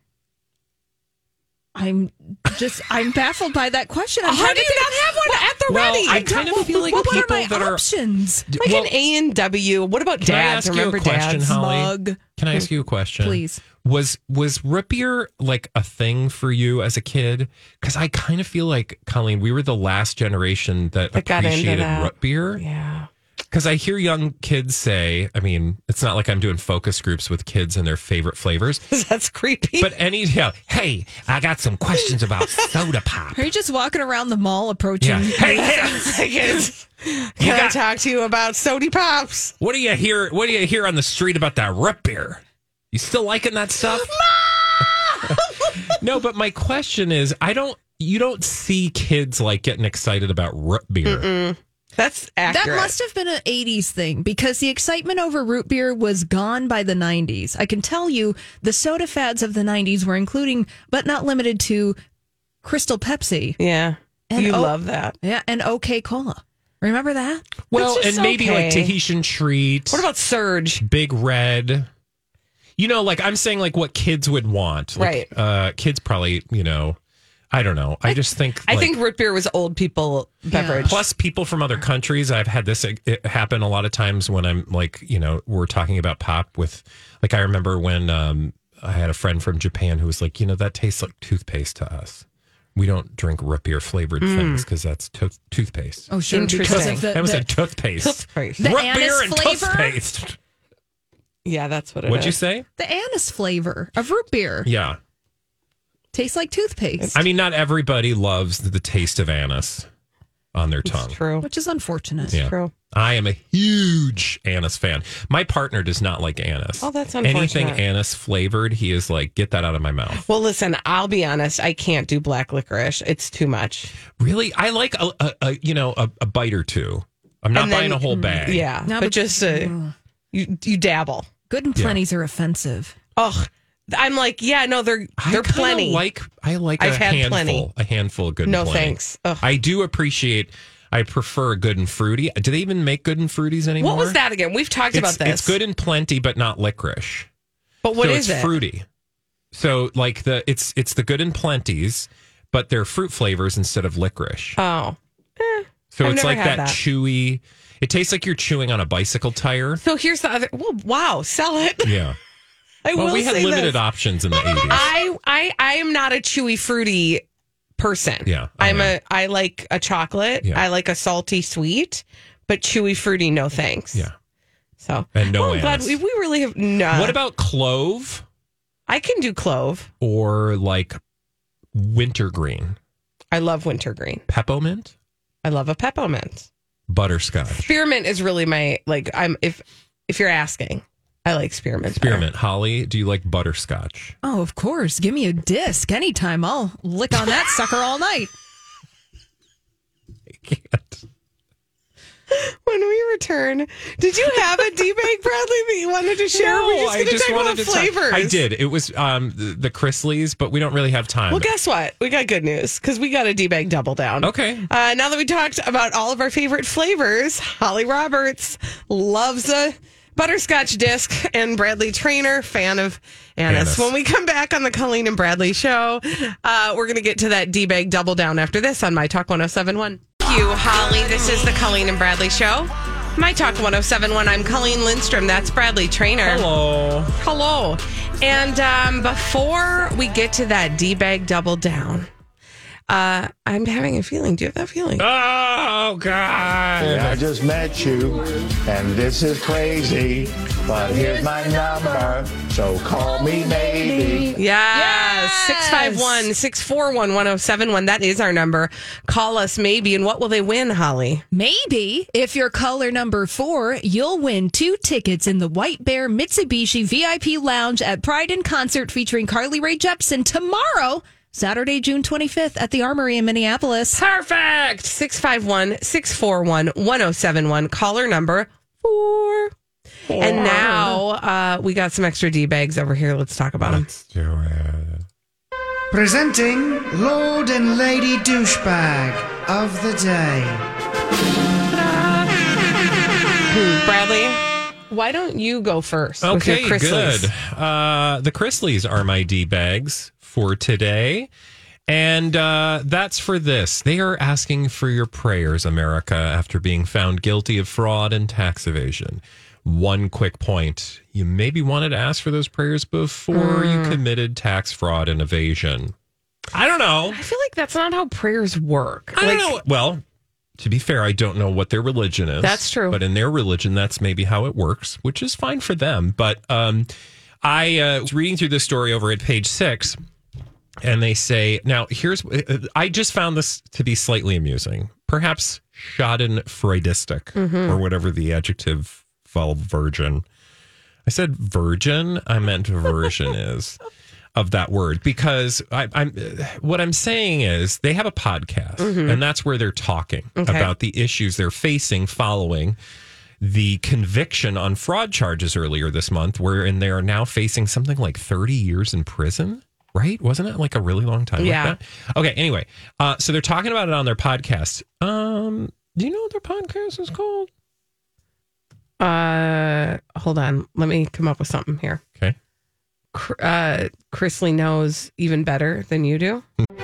Speaker 4: I'm just I'm baffled by that question. I'm
Speaker 1: How
Speaker 4: trying
Speaker 1: do
Speaker 4: to
Speaker 1: you
Speaker 4: think-
Speaker 1: not have one at the
Speaker 2: Well,
Speaker 1: ready?
Speaker 2: I kind of feel like
Speaker 4: what
Speaker 2: people
Speaker 4: are my
Speaker 2: that are-
Speaker 4: options?
Speaker 1: like
Speaker 2: Well-
Speaker 1: an A and W. What about
Speaker 2: Can I
Speaker 1: dads?
Speaker 2: ask you a
Speaker 1: Remember
Speaker 2: question,
Speaker 1: dads?
Speaker 2: Holly?
Speaker 4: Mug.
Speaker 2: Can I ask you a question?
Speaker 4: Please.
Speaker 2: Was was root beer like a thing for you as a kid? Because I kind of feel like Colleen, we were the last generation that,
Speaker 1: That got into
Speaker 2: appreciated
Speaker 1: that.
Speaker 2: root beer.
Speaker 1: Yeah.
Speaker 2: Because I hear young kids say, I mean, it's not like I'm doing focus groups with kids and their favorite flavors.
Speaker 1: That's creepy.
Speaker 2: But any, yeah, hey, I got some questions about soda pop.
Speaker 4: Are you just walking around the mall approaching?
Speaker 2: Yeah, hey, yeah.
Speaker 1: I guess. Can I
Speaker 2: got-
Speaker 1: talk to you about Sody Pops?
Speaker 2: what do you hear? What do you hear on the street about that root beer? You still liking that stuff? No, but my question is, I don't. You don't see kids like getting excited about root beer.
Speaker 1: That's
Speaker 4: That
Speaker 1: accurate.
Speaker 4: must have been an 80s thing because the excitement over root beer was gone by the 90s. I can tell you the soda fads of the 90s were including, but not limited to, Crystal Pepsi.
Speaker 1: yeah.
Speaker 4: And
Speaker 1: you
Speaker 4: oh-
Speaker 1: love that.
Speaker 4: Yeah, and OK Cola. Remember that?
Speaker 2: Well,
Speaker 1: That's just
Speaker 2: and maybe like
Speaker 1: okay.
Speaker 2: Tahitian treat,
Speaker 1: What about Surge?
Speaker 2: Big Red. You know, like I'm saying, like what kids would want. Like,
Speaker 1: Right.
Speaker 2: Uh, kids probably, you know, I don't know. I, just think.
Speaker 1: I
Speaker 2: like-
Speaker 1: think root beer was old people beverage.
Speaker 2: Plus, people from other countries. I've had this it happen a lot of times when I'm like, you know, we're talking about pop with, like, I remember when um, I had a friend from Japan who was like, you know, that tastes like toothpaste to us. We don't drink root beer flavored things because that's to- toothpaste.
Speaker 4: Mm. Oh, sure. Because
Speaker 1: Interesting.
Speaker 4: of the,
Speaker 2: that was
Speaker 4: the-
Speaker 2: a toothpaste.
Speaker 1: Toothpaste.
Speaker 4: The
Speaker 2: root beer
Speaker 4: anise
Speaker 2: and
Speaker 4: flavor?
Speaker 2: toothpaste.
Speaker 1: yeah, that's what it
Speaker 2: What'd you
Speaker 1: is.
Speaker 2: say?
Speaker 4: the anise flavor of root beer.
Speaker 2: Yeah.
Speaker 4: Tastes like toothpaste,
Speaker 2: I mean, not everybody loves the taste of anise on their tongue.
Speaker 1: True.
Speaker 4: which is unfortunate.
Speaker 2: Yeah.
Speaker 1: True.
Speaker 2: I am a huge anise fan. My partner does not like anise.
Speaker 1: Oh, that's
Speaker 2: Anything
Speaker 1: unfortunate.
Speaker 2: anise flavored, he is like, get that out of my mouth.
Speaker 1: Well, listen, I'll be honest. I can't do black licorice. It's too much.
Speaker 2: Really, I like a, a, a you know a, a bite or two. I'm not
Speaker 1: And then-
Speaker 2: buying a whole bag.
Speaker 1: Yeah.
Speaker 4: No,
Speaker 1: but,
Speaker 4: but-
Speaker 1: just uh,
Speaker 4: Mm.
Speaker 1: you, you dabble.
Speaker 4: Good and plenties are offensive.
Speaker 1: Ugh. I'm like, yeah, no, they're
Speaker 2: I
Speaker 1: they're
Speaker 2: kinda
Speaker 1: plenty.
Speaker 2: Like I like
Speaker 1: I've
Speaker 2: a
Speaker 1: had
Speaker 2: handful,
Speaker 1: plenty.
Speaker 2: a handful of good.
Speaker 1: No,
Speaker 2: and plenty.
Speaker 1: thanks. Ugh.
Speaker 2: I do appreciate. I prefer good and fruity. Do they even make good and fruities anymore?
Speaker 1: what was that again? We've talked
Speaker 2: It's,
Speaker 1: about this.
Speaker 2: it's good and plenty, but not licorice.
Speaker 1: but what
Speaker 2: so
Speaker 1: is
Speaker 2: it's
Speaker 1: it?
Speaker 2: fruity. So like the it's it's the good and plenties, but they're fruit flavors instead of licorice.
Speaker 1: Oh,
Speaker 2: so
Speaker 1: I've
Speaker 2: it's
Speaker 1: never
Speaker 2: like that,
Speaker 1: had that.
Speaker 2: chewy. It tastes like you're chewing on a bicycle tire.
Speaker 1: so here's the other. Well, wow, sell it.
Speaker 2: Yeah.
Speaker 1: I
Speaker 2: well,
Speaker 1: will
Speaker 2: we had
Speaker 1: say
Speaker 2: limited
Speaker 1: this.
Speaker 2: options in the 80s.
Speaker 1: I I I am not a chewy fruity person.
Speaker 2: Yeah, I
Speaker 1: I'm
Speaker 2: am.
Speaker 1: a I like a chocolate.
Speaker 2: Yeah.
Speaker 1: I like a salty sweet, but chewy fruity, no thanks.
Speaker 2: Yeah.
Speaker 1: So
Speaker 2: And no
Speaker 1: Well, I'm glad
Speaker 2: anise.
Speaker 1: we, we really have no.
Speaker 2: what about clove
Speaker 1: I can do clove.
Speaker 2: or like wintergreen,
Speaker 1: I love wintergreen.
Speaker 2: peppermint,
Speaker 1: I love a peppermint.
Speaker 2: butterscotch,
Speaker 1: Spearmint is really my like. I'm if if you're asking, I like spearmint. better.
Speaker 2: spearmint? Holly, do you like butterscotch?
Speaker 4: Oh, of course. Give me a disc anytime. I'll lick on that sucker all night.
Speaker 1: When we return, did you have a D bag, Bradley, that you wanted to share? We're just gonna talk about
Speaker 2: talk-
Speaker 1: flavors.
Speaker 2: I did. It was um the, the Chrisleys, but we don't really have time.
Speaker 1: Well, guess what? We got good news because we got a D bag double down.
Speaker 2: Okay.
Speaker 1: Uh, now that we talked about all of our favorite flavors, Holly Roberts loves a butterscotch disc, and Bradley Trainer, fan of anise.
Speaker 2: Anise.
Speaker 1: When we come back on the Colleen and Bradley show, uh, we're going to get to that D bag oh double down after this on My Talk 1071. Thank you, Holly. This is the Colleen and Bradley show. My Talk 1071. I'm Colleen Lindstrom. That's Bradley Trainer.
Speaker 2: Hello.
Speaker 1: Hello. And um, before we get to that D bag double down, uh, I'm having a feeling. Do you have that feeling?
Speaker 2: Oh, God.
Speaker 9: I just met you, and this is crazy, but here's my number, so call me maybe.
Speaker 1: Yes. 651 641 1071. That is our number. Call us maybe. And what will they win, Holly?
Speaker 4: Maybe if you're caller number four, you'll win two tickets in the White Bear Mitsubishi VIP Lounge at Pride in Concert featuring Carly Rae Jepsen tomorrow, Saturday, June 25th at the Armory in Minneapolis.
Speaker 1: Perfect. 651 641 1071. Caller number four. And now uh, we got some extra D bags over here. Let's talk about them.
Speaker 6: Presenting Lord and Lady Douchebag of the Day.
Speaker 1: Bradley, why don't you go first? with your
Speaker 2: Okay,
Speaker 1: Chrisleys?
Speaker 2: good. Uh, the Chrisleys are my D bags for today. And uh, that's for this. They are asking for your prayers, America, after being found guilty of fraud and tax evasion. One quick point you maybe wanted to ask for those prayers before you committed tax fraud and evasion. I don't know.
Speaker 1: I feel like that's not how prayers work.
Speaker 2: I
Speaker 1: like,
Speaker 2: don't know. Well, to be fair, I don't know what their religion is.
Speaker 1: That's true.
Speaker 2: But in their religion, that's maybe how it works, which is fine for them. But um, I uh, was reading through this story over at page six, and they say, now here's, uh, I just found this to be slightly amusing, perhaps Schadenfreudistic
Speaker 1: Mm-hmm.
Speaker 10: Mhm.
Speaker 2: or whatever the adjective fell virgin. I said virgin. I meant version is of that word because I, I'm. What I'm saying is they have a podcast,
Speaker 10: Mhm.
Speaker 2: and that's where they're talking
Speaker 10: Okay.
Speaker 2: about the issues they're facing following the conviction on fraud charges earlier this month, wherein they are now facing something like 30 years in prison. Right? Wasn't it like a really long time?
Speaker 10: Yeah.
Speaker 2: Like that? Okay. Anyway, uh, so they're talking about it on their podcast. Um, do you know what their podcast is called?
Speaker 1: Uh, hold on. Let me come up with something here.
Speaker 2: Okay.
Speaker 1: Cr- Uh, Chrisley knows even better than you do.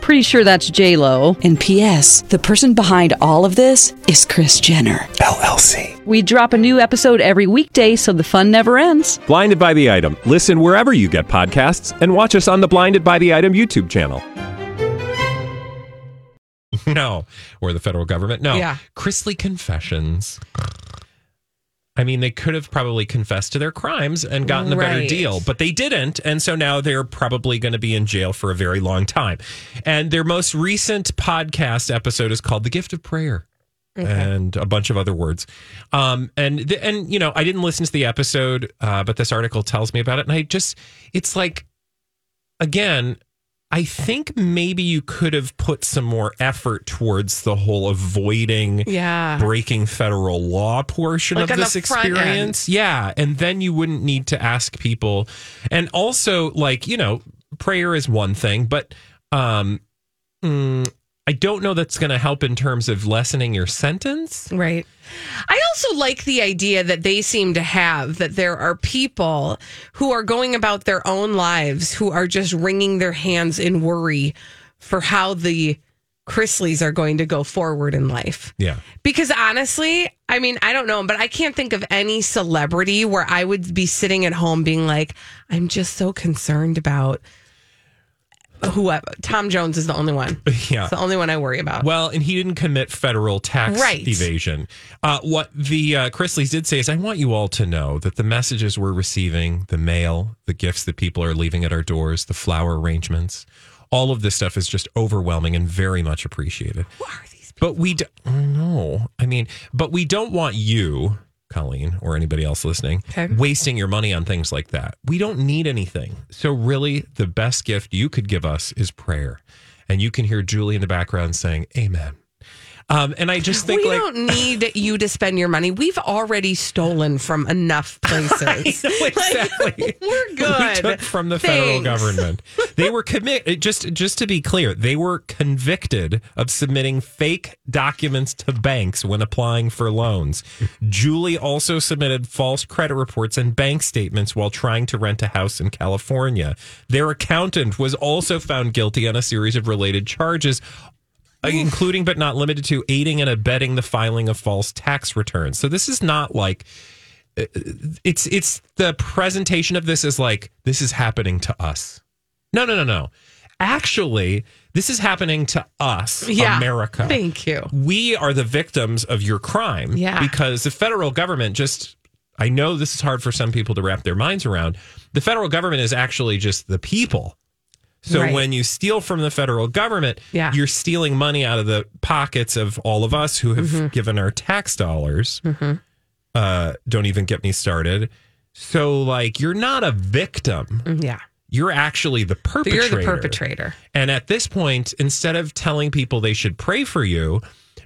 Speaker 11: Pretty sure that's J Lo. And P.S. The person behind all of this is Chris Jenner LLC. We drop a new episode every weekday, so the fun never ends.
Speaker 12: Blinded by the item. Listen wherever you get podcasts, and watch us on the Blinded by the Item YouTube channel.
Speaker 2: No, or the federal government. No,
Speaker 10: Yeah.
Speaker 2: Chrisley confessions. I mean, they could have probably confessed to their crimes and gotten a better
Speaker 10: Right.
Speaker 2: deal, but they didn't. And so now they're probably going to be in jail for a very long time. And their most recent podcast episode is called The Gift of Prayer. And a bunch of other words, um, and th- and you know I didn't listen to the episode, uh, but this article tells me about it, and I just it's like again, I think maybe you could have put some more effort towards the whole avoiding
Speaker 1: Yeah.
Speaker 2: breaking federal law portion
Speaker 1: Uh-huh. Like
Speaker 2: of
Speaker 1: on the
Speaker 2: this
Speaker 1: front end.
Speaker 2: experience. Yeah. And then you wouldn't need to ask people. And also, like, you know, prayer is one thing, but um mm, I don't know that's gonna help in terms of lessening your sentence.
Speaker 1: Right. I also like the idea that they seem to have that there are people who are going about their own lives who are just wringing their hands in worry for how the Chrisleys are going to go forward in life.
Speaker 2: Yeah.
Speaker 1: Because honestly, I mean, I don't know, but I can't think of any celebrity where I would be sitting at home being like, I'm just so concerned about whoever. Tom Jones is the only one.
Speaker 2: Yeah.
Speaker 1: It's the only one I worry about.
Speaker 2: Well, and he didn't commit federal tax
Speaker 1: Right.
Speaker 2: evasion. Uh, what the uh, Chrisleys did say is, I want you all to know that the messages we're receiving, the mail, the gifts that people are leaving at our doors, the flower arrangements, all of this stuff is just overwhelming and very much appreciated. Who are these? But we don't know. I mean, but we don't want you. Colleen or anybody else listening, wasting your money on things like that. We don't need anything. So, really, the best gift you could give us is prayer. And you can hear Julie in the background saying, Amen. Um, and I just think
Speaker 1: we
Speaker 2: like
Speaker 1: don't need you to spend your money. We've already stolen from enough places.
Speaker 2: I know, exactly.
Speaker 1: we're good.
Speaker 2: we took from the federal
Speaker 1: Thanks.
Speaker 2: government. They were commit just just to be clear, they were convicted of submitting fake documents to banks when applying for loans. Julie also submitted false credit reports and bank statements while trying to rent a house in California. Their accountant was also found guilty on a series of related charges. uh, Including but not limited to aiding and abetting the filing of false tax returns. So this is not like it's it's the presentation of this is like this is happening to us. No, no, no, no. Actually, this is happening to us,
Speaker 1: Yeah.
Speaker 2: America.
Speaker 1: Thank you.
Speaker 2: We are the victims of your crime.
Speaker 1: Yeah.
Speaker 2: Because the federal government just I know this is hard for some people to wrap their minds around. The federal government is actually just the people. So
Speaker 10: Right.
Speaker 2: when you steal from the federal government,
Speaker 10: Yeah.
Speaker 2: you're stealing money out of the pockets of all of us who have
Speaker 1: Mm-hmm.
Speaker 10: Mhm.
Speaker 2: given our tax dollars
Speaker 10: Mm-hmm.
Speaker 2: uh, don't even get me started. So, like, you're not a victim.
Speaker 1: Yeah.
Speaker 2: You're actually the perpetrator.
Speaker 1: Mm. You're the perpetrator.
Speaker 2: And at this point, instead of telling people they should pray for you,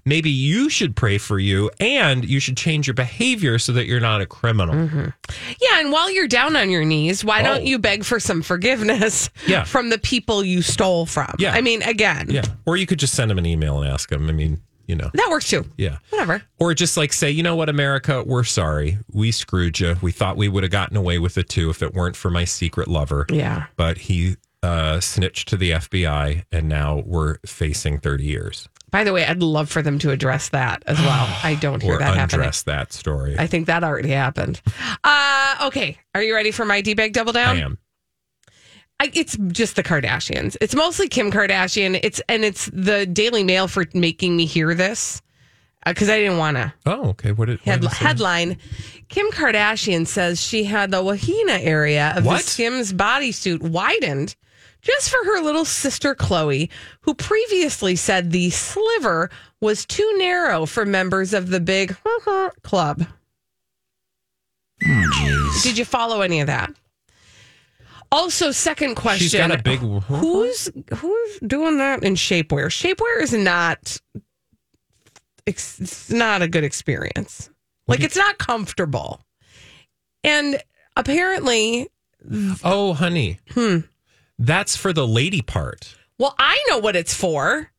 Speaker 2: maybe you should pray for you and you should change your behavior so that you're not a criminal.
Speaker 1: Mm-hmm. Yeah, and while you're down on your knees, why
Speaker 2: Oh.
Speaker 1: don't you beg for some forgiveness
Speaker 2: Yeah.
Speaker 1: from the people you stole from?
Speaker 2: Yeah.
Speaker 1: I mean, again,
Speaker 2: Yeah. Or you could just send them an email and ask them. I mean, you know.
Speaker 1: that works too.
Speaker 2: Yeah.
Speaker 1: Whatever.
Speaker 2: Or just like say, you know what, America, we're sorry. We screwed you. We thought we would have gotten away with it too if it weren't for my secret lover.
Speaker 1: Yeah.
Speaker 2: But he uh, snitched to the FBI and now we're facing 30 years.
Speaker 1: By the way, I'd love for them to address that as well. I don't hear
Speaker 2: Or
Speaker 1: that happening.
Speaker 2: undress that story.
Speaker 1: I think that already happened. Uh, okay. Are you ready for my D bag double down?
Speaker 2: I am.
Speaker 1: I, it's just the Kardashians. It's mostly Kim Kardashian. It's and it's the Daily Mail for making me hear this because I didn't want to.
Speaker 2: Oh, okay. What did what
Speaker 1: Head,
Speaker 2: did it say?
Speaker 1: headline: Kim Kardashian says she had the Wahina area of
Speaker 2: What?
Speaker 1: the Skims bodysuit widened just for her little sister Chloe, who previously said the sliver was too narrow for members of the big club.
Speaker 2: Oh,
Speaker 1: Did you follow any of that? Also, second question:
Speaker 2: She's got a big.
Speaker 1: Who's who's doing that in shapewear? Shapewear is not ex- it's not a good experience. Like it's not comfortable. And apparently,
Speaker 2: Oh, honey.
Speaker 1: Hmm.
Speaker 2: That's for the lady part.
Speaker 1: well, I know what it's for.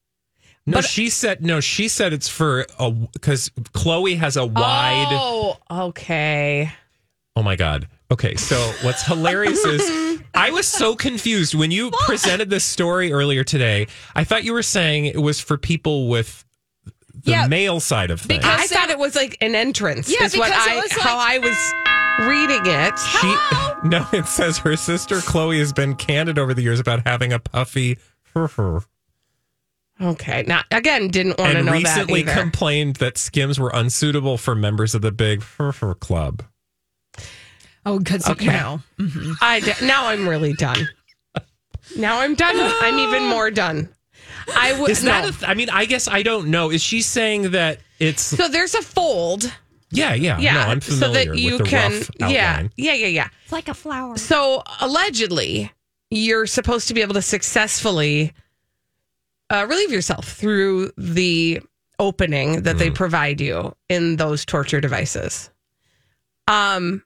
Speaker 2: No, she said no. She said it's for a because Chloe has a wide.
Speaker 1: Oh, okay.
Speaker 2: Oh my God. Okay, so what's hilarious is I was so confused when you presented this story earlier today. I thought you were saying it was for people with the
Speaker 1: Yeah,
Speaker 2: male side of things.
Speaker 1: I thought it was like an entrance.
Speaker 4: Yeah,
Speaker 1: is what
Speaker 4: because it
Speaker 1: I
Speaker 4: was like-
Speaker 1: how I was reading it.
Speaker 2: she no, it says her sister Chloe has been candid over the years about having a puffy.
Speaker 1: okay, now again, didn't want to
Speaker 2: and
Speaker 1: know
Speaker 2: recently
Speaker 1: that either.
Speaker 2: complained that skims were unsuitable for members of the big club.
Speaker 4: Oh, because
Speaker 1: Okay.
Speaker 4: you know.
Speaker 1: I d- now I'm really done. Now I'm done. I'm even more done. I would.
Speaker 2: Is that?
Speaker 1: no.
Speaker 2: A th- I mean, I guess I don't know. Is she saying that it's?
Speaker 1: so there's a fold.
Speaker 2: yeah, yeah, No, I'm familiar with the rough
Speaker 1: yeah,
Speaker 2: outline.
Speaker 1: yeah, yeah, yeah.
Speaker 5: It's like a flower.
Speaker 1: So allegedly, you're supposed to be able to successfully uh, relieve yourself through the opening that they
Speaker 4: Mm.
Speaker 1: provide you in those torture devices. Um,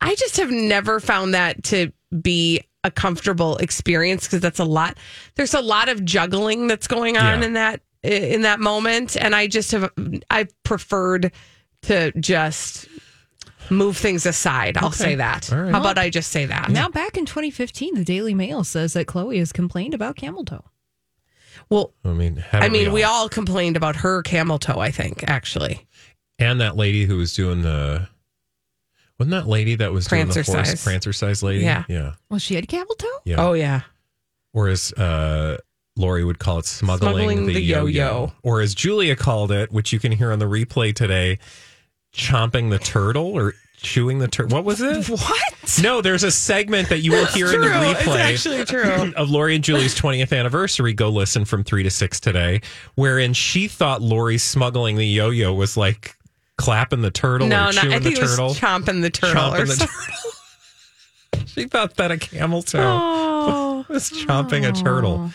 Speaker 1: I just have never found that to be a comfortable experience because that's a lot. There's a lot of juggling that's going on
Speaker 2: Yeah.
Speaker 1: in that in that moment, and I just have I preferred to just move things aside. I'll
Speaker 4: Okay.
Speaker 1: say that.
Speaker 4: All right.
Speaker 1: How about I just say that?
Speaker 4: Now, back in 2015, the Daily Mail says that Chloe has complained about camel toe.
Speaker 1: Well,
Speaker 2: I mean,
Speaker 1: I mean, we all complained about her camel toe. I think actually,
Speaker 2: and that lady who was doing the wasn't that lady that was
Speaker 1: Prancer
Speaker 2: doing the horse
Speaker 1: size.
Speaker 2: prancer size lady?
Speaker 1: Yeah.
Speaker 2: yeah,
Speaker 4: Well, she had camel toe?
Speaker 2: yeah.
Speaker 1: Oh yeah.
Speaker 2: Or as uh, Lori would call it, smuggling,
Speaker 1: Smuggling
Speaker 2: the,
Speaker 1: the
Speaker 2: yo-yo.
Speaker 1: yo-yo.
Speaker 2: or as Julia called it, which you can hear on the replay today, chomping the turtle or chewing the turtle. What was it?
Speaker 1: What?
Speaker 2: No, there's a segment that you will hear in the
Speaker 1: True. It's
Speaker 2: replay.
Speaker 1: actually true.
Speaker 2: of Lori and Julie's 20th anniversary. Go listen from three to six today, wherein she thought Lori smuggling the yo-yo was like clapping the turtle
Speaker 1: no,
Speaker 2: or
Speaker 1: no.
Speaker 2: chewing
Speaker 1: I think
Speaker 2: the
Speaker 1: it was
Speaker 2: turtle.
Speaker 1: chomping the turtle
Speaker 2: Chomping
Speaker 1: or
Speaker 2: the
Speaker 1: something.
Speaker 2: she thought that a camel toe
Speaker 1: Oh.
Speaker 2: was chomping a turtle.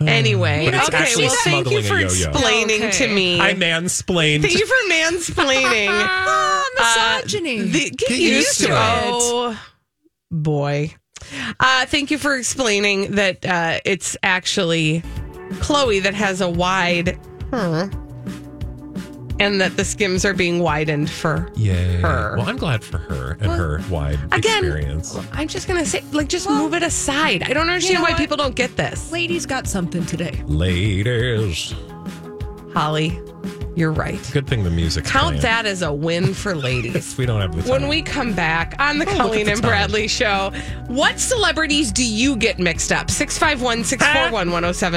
Speaker 1: Anyway,
Speaker 2: But it's
Speaker 1: okay.
Speaker 2: actually
Speaker 1: Well, thank you
Speaker 2: smuggling a
Speaker 1: for
Speaker 2: yo-yo.
Speaker 1: explaining to me.
Speaker 2: I mansplained.
Speaker 1: Thank you for mansplaining. Uh,
Speaker 4: Ah,
Speaker 1: the- get, used, to it. Oh boy. Uh, thank you for explaining that uh, it's actually Chloe that has a wide, huh, and that the skims are being widened for
Speaker 2: Yeah.
Speaker 1: her.
Speaker 2: Well, I'm glad for her and
Speaker 1: Well,
Speaker 2: her wide
Speaker 1: again,
Speaker 2: experience.
Speaker 1: I'm just gonna say, like, just move it aside. I don't understand
Speaker 4: you know
Speaker 1: why
Speaker 4: what?
Speaker 1: people don't get this.
Speaker 4: Ladies got something today.
Speaker 2: Ladies.
Speaker 1: Holly, you're right.
Speaker 2: Good thing the music.
Speaker 1: Count that as a win for ladies.
Speaker 2: We don't have the time.
Speaker 1: When we come back on the
Speaker 2: Oh, look at
Speaker 1: Colleen
Speaker 2: the
Speaker 1: and
Speaker 2: time.
Speaker 1: Bradley show, what celebrities do you get mixed up? 651 641 1071.